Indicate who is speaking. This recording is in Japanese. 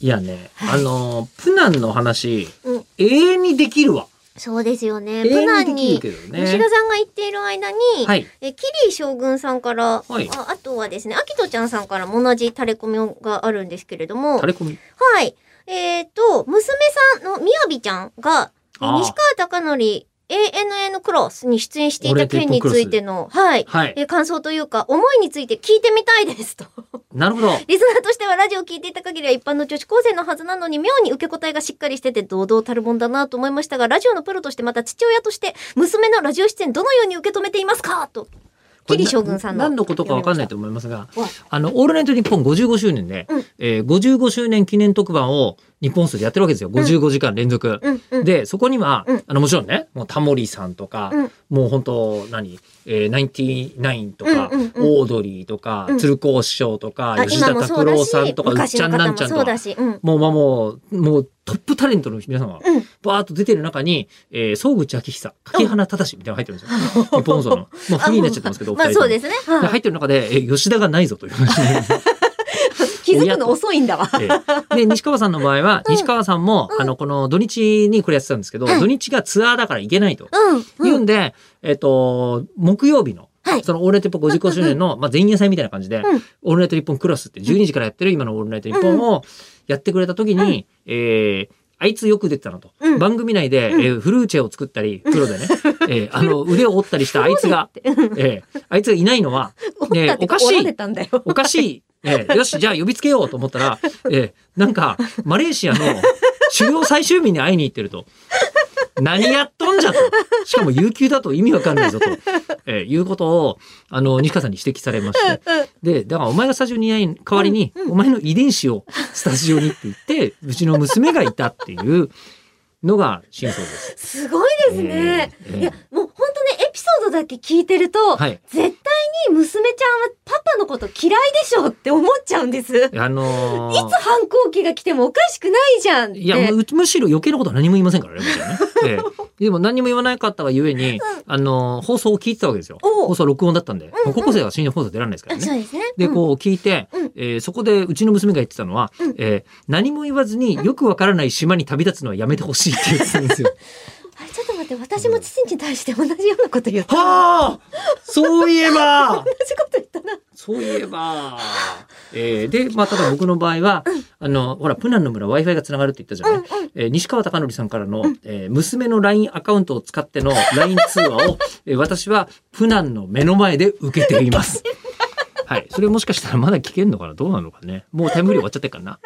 Speaker 1: いやね、
Speaker 2: はい
Speaker 1: あのー、プナンの話、
Speaker 2: うん
Speaker 1: 永遠にできるわ。
Speaker 2: そうですよね。
Speaker 1: 永
Speaker 2: プナ
Speaker 1: 遠
Speaker 2: ン
Speaker 1: にで
Speaker 2: に
Speaker 1: き、るけどね。
Speaker 2: 吉田さんが言っている間に、
Speaker 1: はい。
Speaker 2: えキリー将軍さんから、
Speaker 1: はい
Speaker 2: ああとはですね、アキトちゃんさんからも同じタレコミがあるんですけれども、
Speaker 1: 垂れ込み。
Speaker 2: はい。えっ、と、娘さんのみやびちゃんが、え
Speaker 1: あー
Speaker 2: 西川貴教 ANN クロスに出演していた件についての、はい。
Speaker 1: はい。
Speaker 2: えー感想というか、思いについて聞いてみたいですと。
Speaker 1: なるほど。
Speaker 2: リスナーとしてはラジオを聞いていた限りは一般の女子高生のはずなのに妙に受け答えがしっかりしてて堂々たるもんだなと思いましたが、ラジオのプロとしてまた父親として娘のラジオ出演どのように受け止めていますかと。キリ将軍さんの。
Speaker 1: 何のことかわかんないと思いますが
Speaker 2: 読みまし、
Speaker 1: あの、オールナイトニッポン55周年で、
Speaker 2: うん
Speaker 1: えー、55周年記念特番を日本放送でやってるわけですよ。55時間連続。
Speaker 2: うんうん。
Speaker 1: で、そこには、
Speaker 2: うん
Speaker 1: あの、もちろんね、もうタモリさんとか、
Speaker 2: うん
Speaker 1: もう本当何、えー、ナインティナインとか、
Speaker 2: うんうんうん
Speaker 1: オードリーとか、
Speaker 2: うん
Speaker 1: 鶴光師匠とか、
Speaker 2: あ
Speaker 1: 吉
Speaker 2: 今
Speaker 1: 田
Speaker 2: もそ
Speaker 1: 拓
Speaker 2: うだ
Speaker 1: 郎
Speaker 2: し
Speaker 1: さんと、か、うっ
Speaker 2: 昔
Speaker 1: ちゃ
Speaker 2: の
Speaker 1: んな
Speaker 2: 方
Speaker 1: ん
Speaker 2: も
Speaker 1: ちゃんと
Speaker 2: そ
Speaker 1: か
Speaker 2: うだ、し、うん。
Speaker 1: もうまあもう、もうトップタレントの皆さんが、
Speaker 2: うん
Speaker 1: バーッと出てる中に、えー、総口昭久、柿花忠みたいなのが入ってるんですよ。日本放送の。まあ、フリーになっちゃってますけど、お
Speaker 2: ま
Speaker 1: 二
Speaker 2: あ
Speaker 1: 人と
Speaker 2: そ
Speaker 1: も
Speaker 2: うですね。
Speaker 1: で
Speaker 2: は
Speaker 1: 入
Speaker 2: い
Speaker 1: ってる中で、えー吉田がないぞという話になります
Speaker 2: 気づくの遅いんだわ。
Speaker 1: ええで、西川さんの場合は、
Speaker 2: うん
Speaker 1: 西川さんも、
Speaker 2: うん
Speaker 1: あの、この土日にこれやってたんですけど、
Speaker 2: はい
Speaker 1: 土日がツアーだから行けないと。
Speaker 2: うん。。
Speaker 1: いうんんで、えっ、と、木曜日の、
Speaker 2: はい
Speaker 1: そのオールナイト日本50周年の、まあ、前夜祭みたいな感じで、
Speaker 2: うん
Speaker 1: オールナイト日本クロスって12時からやってる今のオールナイト日本をやってくれた時に、えーあいつよく出てたのと。
Speaker 2: うん
Speaker 1: 番組内で、
Speaker 2: うん
Speaker 1: えーフルーチェを作ったり、プロで ね、えーあの、腕を折ったりしたあいつが、えーあいつがいないのは、
Speaker 2: 折ったって
Speaker 1: おかしい
Speaker 2: 折られたんだよ。
Speaker 1: おかしい。ええよし、じゃあ呼びつけようと思ったら、ええなんか、マレーシアの狩猟最終日に会いに行ってると。何やっとんじゃと。しかも有給だと意味わかんないぞと。ええいうことを、あの、西川さんに指摘されまして。で、だからお前がスタジオにいない代わりに、お前の遺伝子をスタジオにって言って、うちの娘がいたっていうのが真相です。
Speaker 2: すごいですね。
Speaker 1: ええ
Speaker 2: いや、もう本当ね、エピソードだけ聞いてると、
Speaker 1: はい。
Speaker 2: 絶対に娘ちゃんはパパのこと嫌いでしょって思っちゃうんです。いつ
Speaker 1: あのー
Speaker 2: 反抗期が来てもおかしくないじゃんって。
Speaker 1: いや、むむしろ余計なことは何も言いませんからね、僕は ねええでも何にも言わなかったがゆえに、あの、放送を聞いてたわけですよ。
Speaker 2: おう
Speaker 1: 放送は録音だったんで、
Speaker 2: うん
Speaker 1: 高校生は深夜放送出られないですから
Speaker 2: あそう
Speaker 1: ね。
Speaker 2: ですね。
Speaker 1: で、
Speaker 2: うん
Speaker 1: こう聞いて、
Speaker 2: うん
Speaker 1: えーそこでうちの娘が言ってたのは、
Speaker 2: うん
Speaker 1: えー何も言わずによくわからない島に旅立つのはやめてほしいって言ってたんです よ。
Speaker 2: あれ、ちょっと待って、私も父に対して同じようなこと言った。
Speaker 1: はあそういえば
Speaker 2: 同じこと言ったな。
Speaker 1: そういえば、えーで、まあ、ただ僕の場合は、あの、ほら、プナンの村 Wi-Fi がつながるって言ったじゃない、えー西川貴教さんからの、えー娘の LINE アカウントを使っての LINE 通話を、えー私はプナンの目の前で受けています。はい。それもしかしたらまだ聞けんのかなどうなのかねもうタイムフリー終わっちゃってっからな。